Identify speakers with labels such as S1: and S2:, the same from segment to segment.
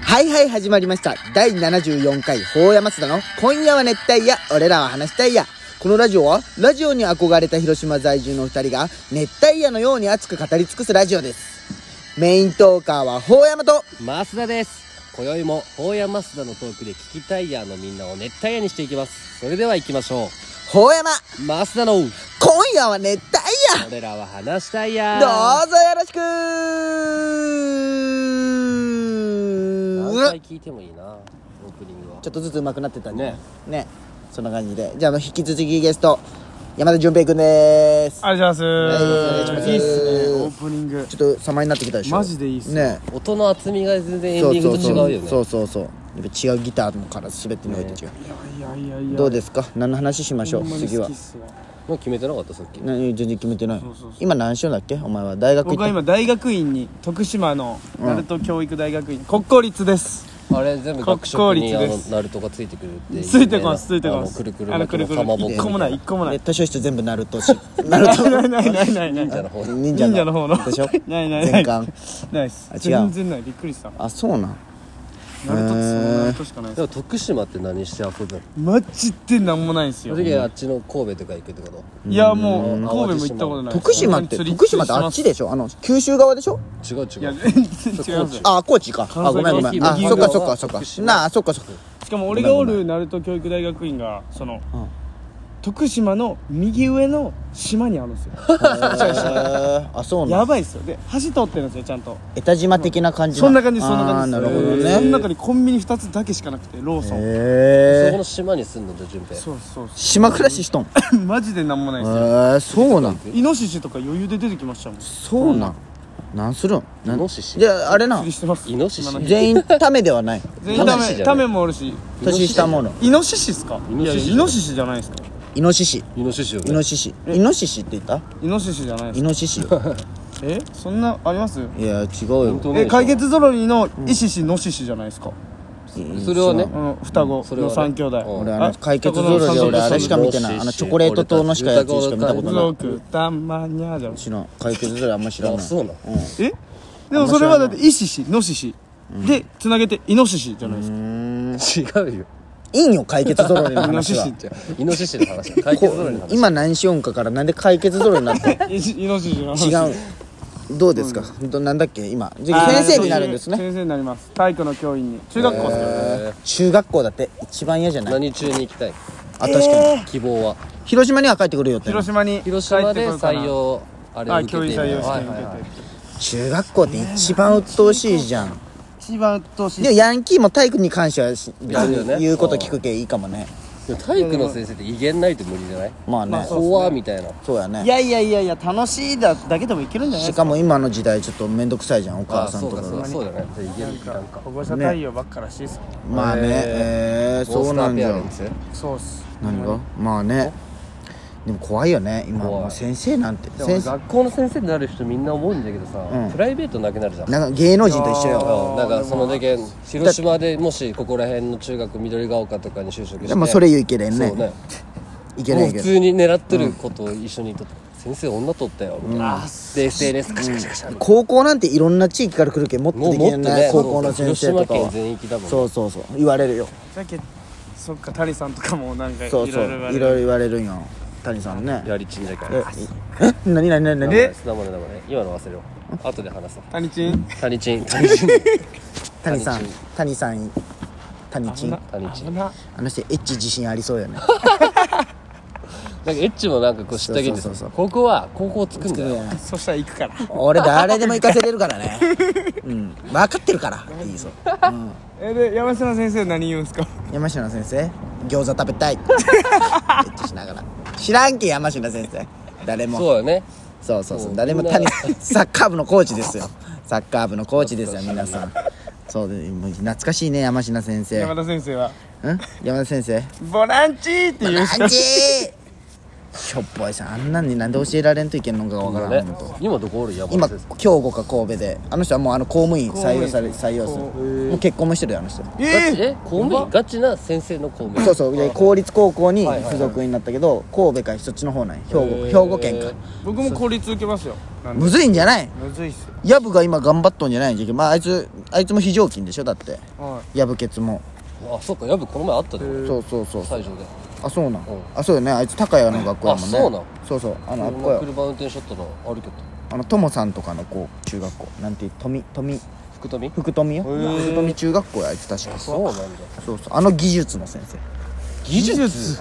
S1: はいはい始まりました。第74回、法山津田の今夜は熱帯夜、俺らは話したいや。このラジオは、ラジオに憧れた広島在住の二人が、熱帯夜のように熱く語り尽くすラジオです。メイントーカーは法山と、
S2: 増田です今宵も大山増田のトークで聞きたいやーのみんなを熱帯夜にしていきますそれでは行きましょう
S1: 法山、
S2: 増田の
S1: 今夜は熱帯夜
S2: 俺らは話したいや
S1: ど
S2: ー
S1: うぞよろしく
S2: 何回聞いてもいいなオープニングは
S1: ちょっとずつ上手くなってったんで
S2: ね
S1: ねそんな感じでじゃあ引き続きゲスト山田純平くんです
S3: ありがとうございます。
S1: い
S3: い
S1: い
S3: い
S1: っすね
S3: っすね、オープニング。
S1: ちょっと様になってきたでしょ
S3: マジでいいっす
S1: ね
S2: 音の厚みが全然エン
S1: そ
S2: ディ
S1: う
S2: ン
S1: そうそ
S2: グと違う
S1: う
S2: よね
S1: そうそうそうやっぱ違うギターのから滑ってるのがいて違う、
S3: いやいやいや。
S1: どう
S3: で
S1: ですか何の話しましょう次は
S2: もう決めてなかったさっき
S1: 何全然決めてない
S3: そうそうそう
S1: 今何しようんだっけお前は大学行っ
S3: 僕は
S1: て
S3: 今大学院に徳島の鳴門教育大学院、国公立です。
S2: あれ全部学食にあ
S3: 国公
S2: の
S3: 立です
S2: ナルトがついてくるって
S3: ついてこますついてこま
S2: あの
S3: す。
S2: くるくる
S3: あの
S2: 巻
S3: く
S2: きの
S3: るくる。
S2: かまぼこ
S3: 一個もない一個もな
S1: で
S3: い。
S1: 図書室全部ナルト しナルト
S3: ないないないないない。ない
S2: 方
S1: 忍者
S3: 忍者
S1: の
S3: の方の
S1: でしょ
S3: ないないな
S1: 全
S3: い。
S1: 巻
S3: ないっす
S1: あ違う。
S3: 全然ない。びっくりした。
S1: あそうなん
S3: 鳴門ってそんな鳴門しかないっ。
S2: ですも徳島って何して遊ぶの
S3: マジでなんもないんすよ
S2: その。時はあっちの神戸とか行くってこと
S3: いやもう神戸
S2: 淡路島
S3: も行ったことない。
S1: 徳島って
S3: 本当に釣り
S1: 徳島ってあっちでしょあの九州側でしょ
S2: 違う
S3: い
S2: 違
S3: や
S2: う
S3: 全然違うんすよ。
S1: あ高知か
S3: 関
S1: あ
S3: 西
S1: ごめんごめんあ
S2: 関西
S1: そっかそっかそっ
S2: 徳
S1: か
S2: 島
S1: なあそっかそっか
S3: しかも俺がおる鳴門教育大学院がその、
S1: ん
S3: 徳島の右上の島にあるんですよ
S1: へーあそうな
S3: や
S1: ん
S3: ばいっすよで橋通ってるんですよちゃんと
S1: 江田島的な感じ
S3: そんな感じそんな感じ
S1: あー
S3: で
S1: な
S3: す
S1: るほど
S3: その
S1: ね
S3: 中にコンビニ2つだけしかなくてローソン、
S2: そこ
S1: へえ
S2: の島に住んだんだ順平
S3: そうそうそ
S1: 島暮らししとんへ
S3: う マジでなんもないっすよ
S1: えそうなん
S3: イノシシとか余裕で出てきましたもん釣
S1: そうなんなんするんな
S2: イ
S1: ん
S2: ノシシ
S1: じゃああれな
S3: りしてます
S2: イノシシ
S3: 今の日
S1: 全員ためで はない
S3: 全員
S2: イ
S3: ダ
S2: ノシシじ
S3: メ
S2: ゃない
S3: タメもおるし
S1: 年下もの
S3: イノシシっすか
S2: イノシシ
S3: いやイノシシじゃないっすか
S1: イノシシ
S2: イノシシよ
S1: イ
S2: ね
S1: ノシシイノシシって言った
S3: イノシシじゃないっ
S1: イ
S3: すか
S1: ノシシ
S3: えそんなあります
S1: いや違う
S2: 本
S1: よ
S2: 当
S3: え
S2: ね
S3: 解決ぞろりのイシシノシシじゃないですか
S2: それはね
S3: あの双子
S2: それはね
S3: の三兄弟
S2: うん
S1: 俺あの
S3: あ
S1: 解決ゾロで俺あれしか見てないあのチョコレート糖のしかやつしか見たことない
S3: ゾクたまにゃじゃん
S1: 知らん解決ゾロあんま知らない
S2: あそうなの
S3: えでもそれはだってイシシノシシでつなげてイノシシじゃないですか
S2: 違うよ
S1: いいんよ解決ゾロリの
S3: イノ
S1: 話
S3: シ
S1: は
S3: シって
S2: イノシシの話解決ゾロリの話
S1: 今何しよんかからなんで解決ゾロにな った
S3: イシイノシシの話
S1: の違うどうですかほんとなんだっけ今次
S3: あー
S1: 先生になるんですね
S3: 先生になります体育の教員に中学校ですけどね
S2: え
S1: 中学校だって一番嫌じゃ
S2: ー
S1: ない
S2: 何中に行きたい
S1: あ確かに
S2: 希望は
S1: 広島には帰ってくるよって
S3: 広島に帰って
S2: 広島で
S3: こようかな
S2: 採用あれを
S3: あ
S2: 受け
S3: 教
S2: て
S3: 員
S2: い
S3: 採用
S2: は
S3: 試
S2: いはい
S3: 験
S2: はい
S3: 受けて
S1: 中学校って一番鬱陶しいじゃん
S3: 一番とし
S1: でもヤンキーも体育に関してはし別
S2: やるよね
S1: に言うこと聞くけいいかもね
S2: でも体育の先生って威厳ないと無理じゃない
S1: まあ
S3: ま
S1: ね
S3: あそうっすね
S2: 怖みたいな
S1: そうやね
S3: やいやいやいや楽しいだだけでもいけるんじゃ
S1: しかも今の時代ちょっと面倒くさいじゃんお母
S2: あ
S1: さん
S2: そ
S1: と
S2: う
S1: か
S2: か
S1: が
S2: そうかそうだね威厳ってなんか
S3: 保護者対応ばっからしいっす
S1: まあねえーそうなんじゃ
S2: モ
S1: ん
S2: ンスターペアレンツ
S3: そうっす
S1: 何がまあねでも怖いよね今
S2: 怖い
S1: もう先生なんて
S2: でも俺
S1: 先生
S2: 学校の先生になる人みんな思うんだけど
S1: う
S2: さ
S1: ん
S2: プライベートなくなるじゃん
S1: なんか芸能人と一緒よ
S2: うんだからそのだけ広島でもしここら辺の中学緑ヶ丘とかに就職して
S1: でもそれ言ういけれん
S2: そ
S1: ね
S2: うね
S1: いけ
S2: も
S1: な
S2: う
S1: い
S2: 普
S1: けど
S2: 通に狙ってることを一緒にとって、先生女取ったよみたいな、で SNS カシャカシャカシャ、
S1: 高校なんていろんな地域から来るけんもっと
S2: もう
S1: できる
S2: もっ
S1: ね
S2: とね
S1: 高校の先生とか
S2: 広島県
S1: は
S2: 全域だもん
S1: そうそうそう言われるよ
S3: じゃけそっかタリさんとかもなんかい
S1: そ
S3: ろ
S1: う
S3: い
S1: そう
S3: ろ
S1: いろいろ言われるんよ谷さんね
S2: やりちんじゃか
S1: え
S2: ら
S1: え何何何何
S2: え生ね生ね今の忘れよう後で話そう
S3: タニチン
S2: 谷ちん谷ちん
S1: 谷さん谷
S2: 谷ち
S1: さん谷ち
S3: 危
S1: ん
S3: な
S2: 谷ちん
S3: 危な
S1: あの人エッチ自信ありそうよね
S2: なんかエッチもなんかこう知ったげ
S1: そ
S2: て
S1: うそうそうそう
S2: ここは高校つくんだよ
S3: そしたら行くから
S1: 俺誰でも行かせれるから ねうん分かってるからって言いそう
S3: えで山下先生何言うんすか
S1: 山科先生餃子食べ たいエッチしながら知らんけ山科先生誰も
S2: そうよね
S1: そうそうそう
S2: そう
S1: 誰も
S2: みんな
S1: 谷 サッカー部のコーチですよサッカー部のコーチですよ皆さんそうでもう懐かしいね山科先生
S3: 山田先生は
S1: うん山田先生
S3: ボランチーって言う
S1: ランチーしょっぽいさんあんなんになんで教えられんといけんのかがわからんほんと
S2: 今どこおる山
S1: 今
S2: 田先生
S1: 兵庫か神戸であの人はもうあの公務員採用され
S3: 公
S1: 採用する
S3: へ
S1: もう結婚もしてるよあの人
S3: え
S2: ガチ
S3: え
S2: え公務員ガチな先生の公務員
S1: そうそうで公立高校に
S2: はいはいはい
S1: 付属になったけど神戸かそっちの方なんや兵庫
S2: へー
S1: 兵庫県か
S3: 僕も公立受けますよなんで
S1: むずいんじゃない
S3: むずいっすよ
S1: ヤブが今頑張っとんじゃないんじゃまああいつあいつも非常勤でしょだって
S3: は
S1: ヤブケツも
S2: あそっかやぶこの前あったで
S3: へえ
S1: そうそうそう
S2: 最上で
S1: あそうなん
S2: うん
S1: あそうよねあいつ高谷の学校やもんね
S2: あそうなん
S1: そうそうあのあっこ
S2: 車
S1: よ
S2: 車運転しとったの歩けた
S1: あのトモさんとかのこう中学校なんていう富富
S2: 福富
S1: 福富よ
S2: ー
S1: 福富中学校やあいつ確か
S2: そうなんだ
S1: そうそうあの技術の先生
S2: 技
S3: 術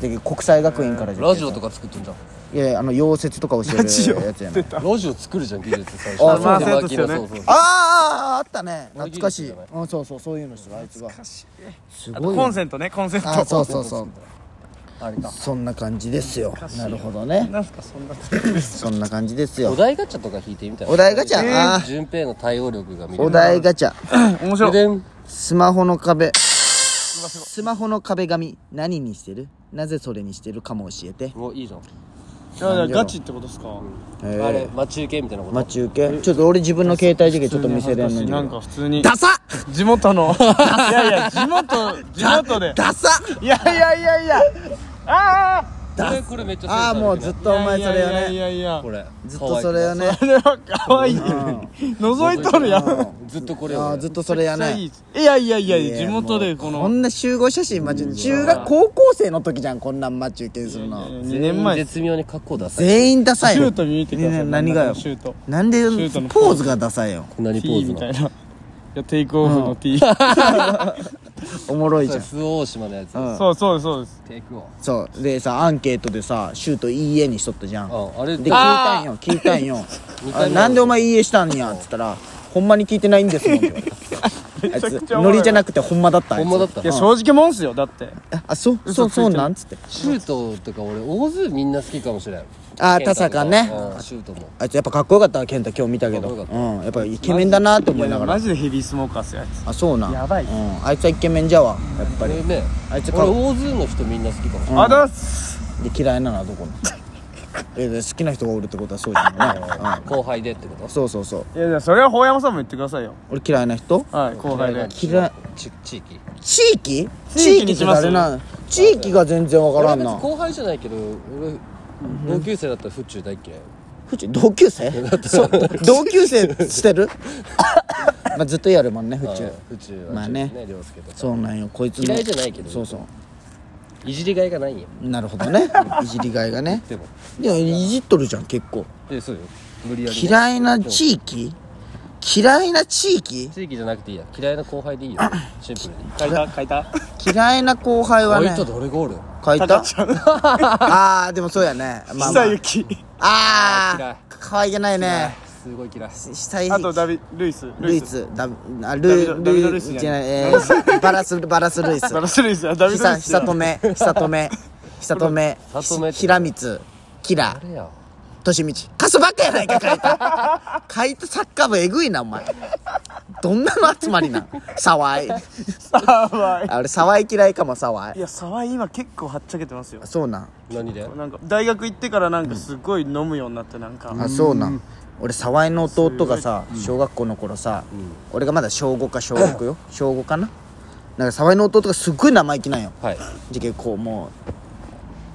S1: うんで国際学院から受験
S2: ラジオとか作ってんじゃん
S1: いやいやあの溶接とか教え
S3: ラジオ
S1: るやつやない
S2: ラジオ作るじゃん技術最
S1: あ
S2: 初
S1: そう
S2: マー
S3: そう
S2: キ
S3: そ
S2: ー
S3: う
S2: のそうそう
S1: あああああったね
S2: あの
S1: 懐かしい
S2: 技術じ
S1: うんそうそうそういうのしてるあいつがす
S3: あ
S1: ご
S3: と
S1: い
S3: コン
S1: よ
S3: セントねコンセント
S1: あそうそうそう
S2: あれか
S1: そんな感じですよなるほどね
S3: なんすかそんな
S1: そんな感じです
S2: お
S1: よ
S2: 題ガチャとか引いてみたら
S1: お題ガチャあー
S2: 順平の対応力が見れる
S1: お題ガチャ
S3: 面
S2: それ
S3: 白い
S2: でん
S1: スマホの壁スマホの壁紙何にしてるなぜそれにしてるかも教えて、
S2: うわいいじゃん
S3: じゃあガチってことですか
S1: え
S2: あれ待ち受けみたいなこと
S1: 待ち受けちょっと俺自分の携帯だけちょっと見せれんのに
S3: なんか普通に
S1: ダサ
S3: 地元 のいやいや地元地元で
S1: ダサ
S3: いやいやいやいやああ
S2: これこれめっちゃセンス
S1: ああ
S2: る
S1: もうずっとお前それよ
S3: いやい
S1: ね
S3: やいや
S2: これ
S1: ずっとそれよね
S3: あれは可愛い覗いとるやん
S2: 可愛くないずっとこれ
S1: あ
S2: よ
S1: あずっとそれや
S3: めっちゃい
S1: ね
S3: いいやいやいやいや
S1: いや
S3: 地元でこ
S1: こ
S3: の
S1: んな集合写真マジ中学高校生の時じゃんこんなん待ち受けするの
S3: 2年前シ
S2: 絶妙に格好出さ
S1: 全員ダサい
S3: ュー
S1: よ
S3: ト見てくださ
S1: ね
S3: い
S1: え何がよ
S3: シュート
S1: なんで
S3: ュートのポーズ
S1: ポーズがダサいよ
S2: 何ポ
S3: T
S2: ーズ
S3: みたい
S2: な
S3: ないやテイクオフの T
S1: おもろいじゃん
S2: ス大島のやつ
S1: うん
S3: そうそうですそうです
S2: テイクオ
S1: そうでさアンケートでさシュートいいえにしとったじゃん
S2: フあれ
S1: で聞いたんよ聞いたんよ
S2: 二回
S1: あ
S2: 目
S1: なんでお前いいえしたんやっつったらほんまに聞いてないんですもんって言われたあい
S3: ち
S1: つ
S3: ゃくちゃおもろい
S1: ノリじゃなくてほんまだったあいつ
S2: ほんまだった
S3: いや正直もんっすよだって
S1: あそうそう
S3: 嘘ついて
S1: そ
S3: る
S1: うなんつって
S2: シュートとか俺大津みんな好きかもしれん
S1: あー田坂ね
S2: うんシュートも
S1: あいつやっぱかっこよかったわ健太今日見たけど
S2: かっこよかっ
S1: うんやっぱイケメンだなって思いながら
S3: マジでヘビースモーカーっすよあいつ
S1: あそうなん
S3: やばい
S1: うん、あいつはイケメンじゃわやっぱ
S2: あ
S1: り
S2: れね
S1: あいつか
S2: 俺大津の人みんな好きかもしれん
S3: あだっす
S1: で嫌いなのはどこのえで好きな人がおるってことはそうじゃんね、
S2: 後輩でってこ
S1: う
S2: と
S1: ん、そうそうそう
S3: いやいやそれは法山さんも言ってくださいよ
S1: 俺嫌いな人
S3: はい後輩で
S1: 嫌い
S2: ち地域
S1: 地域
S3: 地域に
S1: って
S3: します
S1: 誰な地域が全然わからん
S2: 俺
S1: な
S2: 別に後輩じゃないけど俺同級生だったら府中大嫌いよ
S1: ふち同級 生そう同級生してる まあずっとやるもんね府中
S2: 府中は
S1: まあね
S2: ちょっと涼介とか
S1: そうなんよこいつの
S2: 嫌いじゃないけど
S1: そうそう
S2: いじりがいがないんよ
S1: なるほど ねいじりがいがね
S2: でも
S1: いやいじっとるじゃん結構
S2: でそうよ無理やりね
S1: 嫌いな地域嫌いな地域
S2: 地域じゃなくていいや嫌いな後輩でいいよシンプルに
S3: 書いた書いた
S1: 嫌いな後輩は
S2: あ
S1: ね
S2: いつ誰がおる
S1: 書い
S3: たか
S1: た
S3: っちゃん
S1: あーでもそうやねまあ、まあ
S3: 久、行
S1: あ
S2: 嫌い
S1: ー可愛げないね
S2: すごい嫌い
S1: 久井
S3: あとダビルイス
S1: ルイスダブあル
S3: ビドダビド
S1: ル
S3: ル
S1: イ
S3: イ
S1: ス
S3: ス
S1: じ
S3: じ
S1: ゃ
S3: ゃ
S1: な
S3: ない
S1: いえーバラスバラスルイス
S3: ダラスルイスだダビドル
S1: 久
S3: イスだ
S1: 久留米久留米久留米
S2: 久留米って
S1: 平光キラ
S2: 誰や
S1: としみちカスばっかやないか書いた書いたサッカー部えぐいなお前どんなの集まりなん沢井
S3: 沢井
S1: あ俺沢井嫌いかも沢
S3: い
S1: 井
S3: や沢井今結構はっちゃけてますよ
S1: そうなん
S2: 何で
S3: なんか大学行ってからなんかすごい飲むようになってなんか
S1: あそうなん俺沢井の弟がさ小学校の頃さ、俺がまだ小5か小6よ小5かななんか沢井の弟がすっごい生意気なんよ
S2: はい
S1: じゃけこうも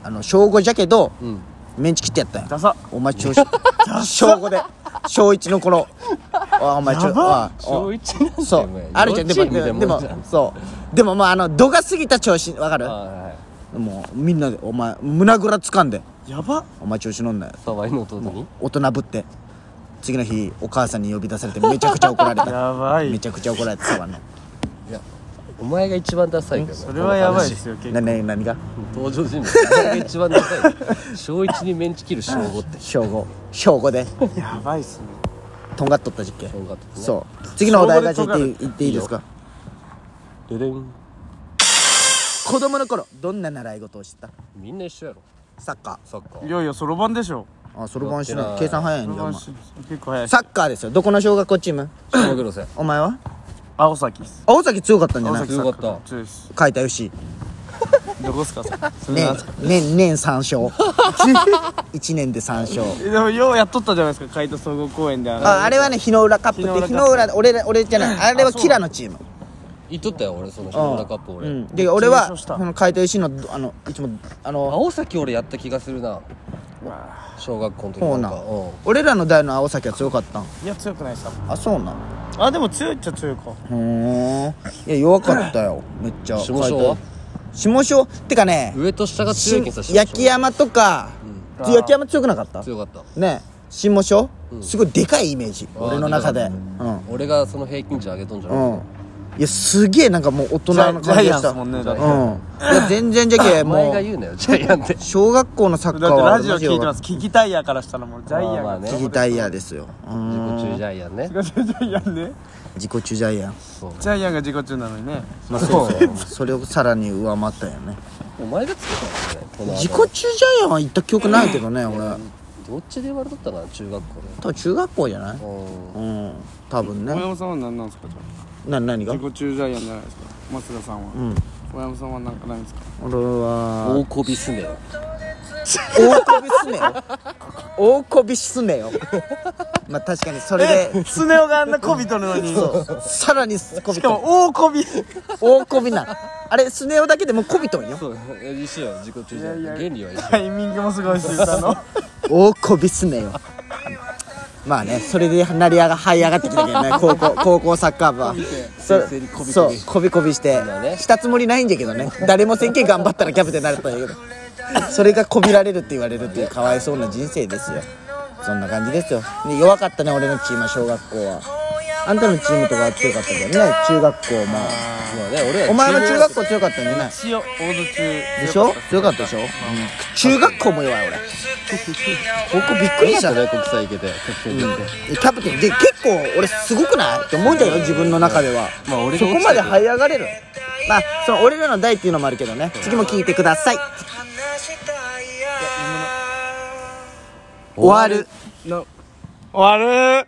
S1: うあの小5じゃけど、
S2: うん
S1: メンチ切ってやったんよ
S3: ダサ
S1: お前調子小5で小1の頃あお前ちょ
S3: やば
S1: あ
S2: 小一なんて
S1: そ
S2: お
S1: う
S2: 前
S1: あるじゃんでも
S2: 幼稚園みた
S1: で
S2: いなも
S1: も
S2: んじゃん
S1: そうでもまああの度が過ぎた調子わかる
S2: はいはい
S1: もうみんなでお前胸ぐら掴んで
S3: やば
S1: お前調子乗んなよ
S2: 沢井の弟に
S1: 大人ぶって次の日お母さんに呼び出されてめちゃくちゃ怒られた
S3: やば
S1: め
S3: い
S1: ちゃくちゃ怒られてさわの
S2: いやお前が一番ダサいけど
S3: それはやばいですよ結構
S1: なな何が
S2: 登場人物お前が一番ダサい小一にメンチ切る小五って
S1: 小5小5で
S3: やばいっすね
S1: とんがっとった実験
S2: 小五だったね
S1: そう次のお題がちょっと言って言っていいですか
S2: ででん
S1: 子供の頃どんな習い事をしてた
S2: みんな一緒やろ
S1: サッカ
S2: サッカ
S3: い
S2: ー
S3: やいやそろばんでしょ
S1: ーあそろばんし
S2: やって
S1: な
S2: ないい
S1: 計算早いん
S3: そ
S1: じゃんお
S3: ろばん
S1: 前
S3: し結構早い
S1: サッカーですよどこの小学校チーム
S2: 小黒瀬
S1: お前は
S3: 青崎っす
S1: 青崎強かったんじゃ
S3: 青
S1: ない
S3: 崎
S2: 強かった
S3: 強いっす
S1: 書いたよし
S3: どこっすかそれそれ
S1: 年
S3: なんすか
S1: 年年3勝1年で3勝
S3: でもようやっとったじゃないですか海斗総合公園であの
S1: ああれはね日の浦カップって日
S3: 日
S1: の
S3: の
S1: 浦俺ら俺じゃないあれは
S3: あそう
S1: キラのチーム
S2: 言っとったよ俺そのシ
S1: う
S2: ョ
S1: ん
S2: ラカップ俺、
S1: うんで俺は
S3: 優勝した
S1: その海斗石のあのいつもあの
S2: 青崎俺やった気がするな小学校の時
S1: そう
S2: なん
S1: な
S2: かうん
S1: ん俺らの代の青崎は強かったん
S3: いや強くないっすか
S1: あそうなん
S3: あでも強いっちゃ強いか
S1: ふーんいや弱かったよめっちゃ
S2: 下昇は
S1: 下昇ってかね
S2: 上と下が強いけんさ
S1: し焼き山とか
S3: うん
S1: つ焼き山強くなかった
S2: 強かった
S1: ね下昇すごいでかいイメージ
S2: あー
S1: 俺の中で
S2: でかい
S1: うん
S2: 俺がその平均値上げとんじゃ
S1: う
S2: ない
S1: んいやすげえなんかもう大人の感じがし
S3: ジャイアン
S1: た
S3: ツもんね
S1: うん
S3: だっ
S1: い
S3: て
S1: や全然じゃ け
S2: お前
S1: も
S2: が
S1: う
S2: 言うなよジャイアンって
S1: 小学校のサッカー
S3: だって
S1: は
S3: ラジオ聞いてますす聞きたいやからしたらもうジャイアン
S2: まあまあ
S3: が
S2: ね
S1: ジタイヤですようん
S2: 自己中ジャイアンね
S3: 自己 中ジャイアンね
S1: 自己中ジャイアン
S2: そう
S3: ジャイアンが自己中なのにね
S1: まあそうそうそれをさらに上回ったよね
S2: お前がつけたんじゃない
S1: 自己中ジャイアンは行った記憶ないけどね俺
S2: どっちで言われとったかな中学校で
S1: 多分中学校じゃない
S2: うん
S1: うん多分
S3: 小
S1: ね
S3: 山さんは何なんですかじゃ
S1: な何
S3: あ
S1: が
S3: 自己中ジャイアンじゃないですか松田さんは、
S1: ん
S3: 小山さんはなんかないんですか
S1: 俺は
S2: 大こびすねよ
S1: 大こびすねよ大こびすねよまあ確かにそれで
S3: スネ夫があんなこびとるのに
S1: そうさらにこび
S3: しか
S1: とん
S3: も大こび
S1: 大こびなあれスネ夫だけでもこびとんよ
S2: そう一緒よ自己中ジャイアン原理は一緒
S3: タイミングもすごいし歌の
S1: 大こびすねよまあねそれで成り上が這い上がってきたけ どね高校高校サッカー部はそ
S2: 先生にこびこび
S1: そうこびこびして
S2: うだね
S1: したつもりないんだけどね誰もせんけ頑張ったらキャプテンになれたんだけどそれがこびられるって言われるっていうかわいそうな人生ですよそんな感じですよで弱かったね俺のチームは小学校はあんたのチームとかは強かったけどね中学校も
S2: まあね俺ら
S1: お前の中学校強かったんじゃない
S3: 一応大津中
S1: でしょ強かったでしょ、中学校も弱い俺高校びっくりした
S2: だ
S1: ね
S2: ね国際行けて国際行けて
S1: キャプテンで結構俺すごくないって思うんだよ自分の中では、
S2: まあ俺
S1: そ
S2: が
S1: こまで這い上がれるまあその俺らの代っていうのもあるけどね次も聞いてください終わる
S3: 終わる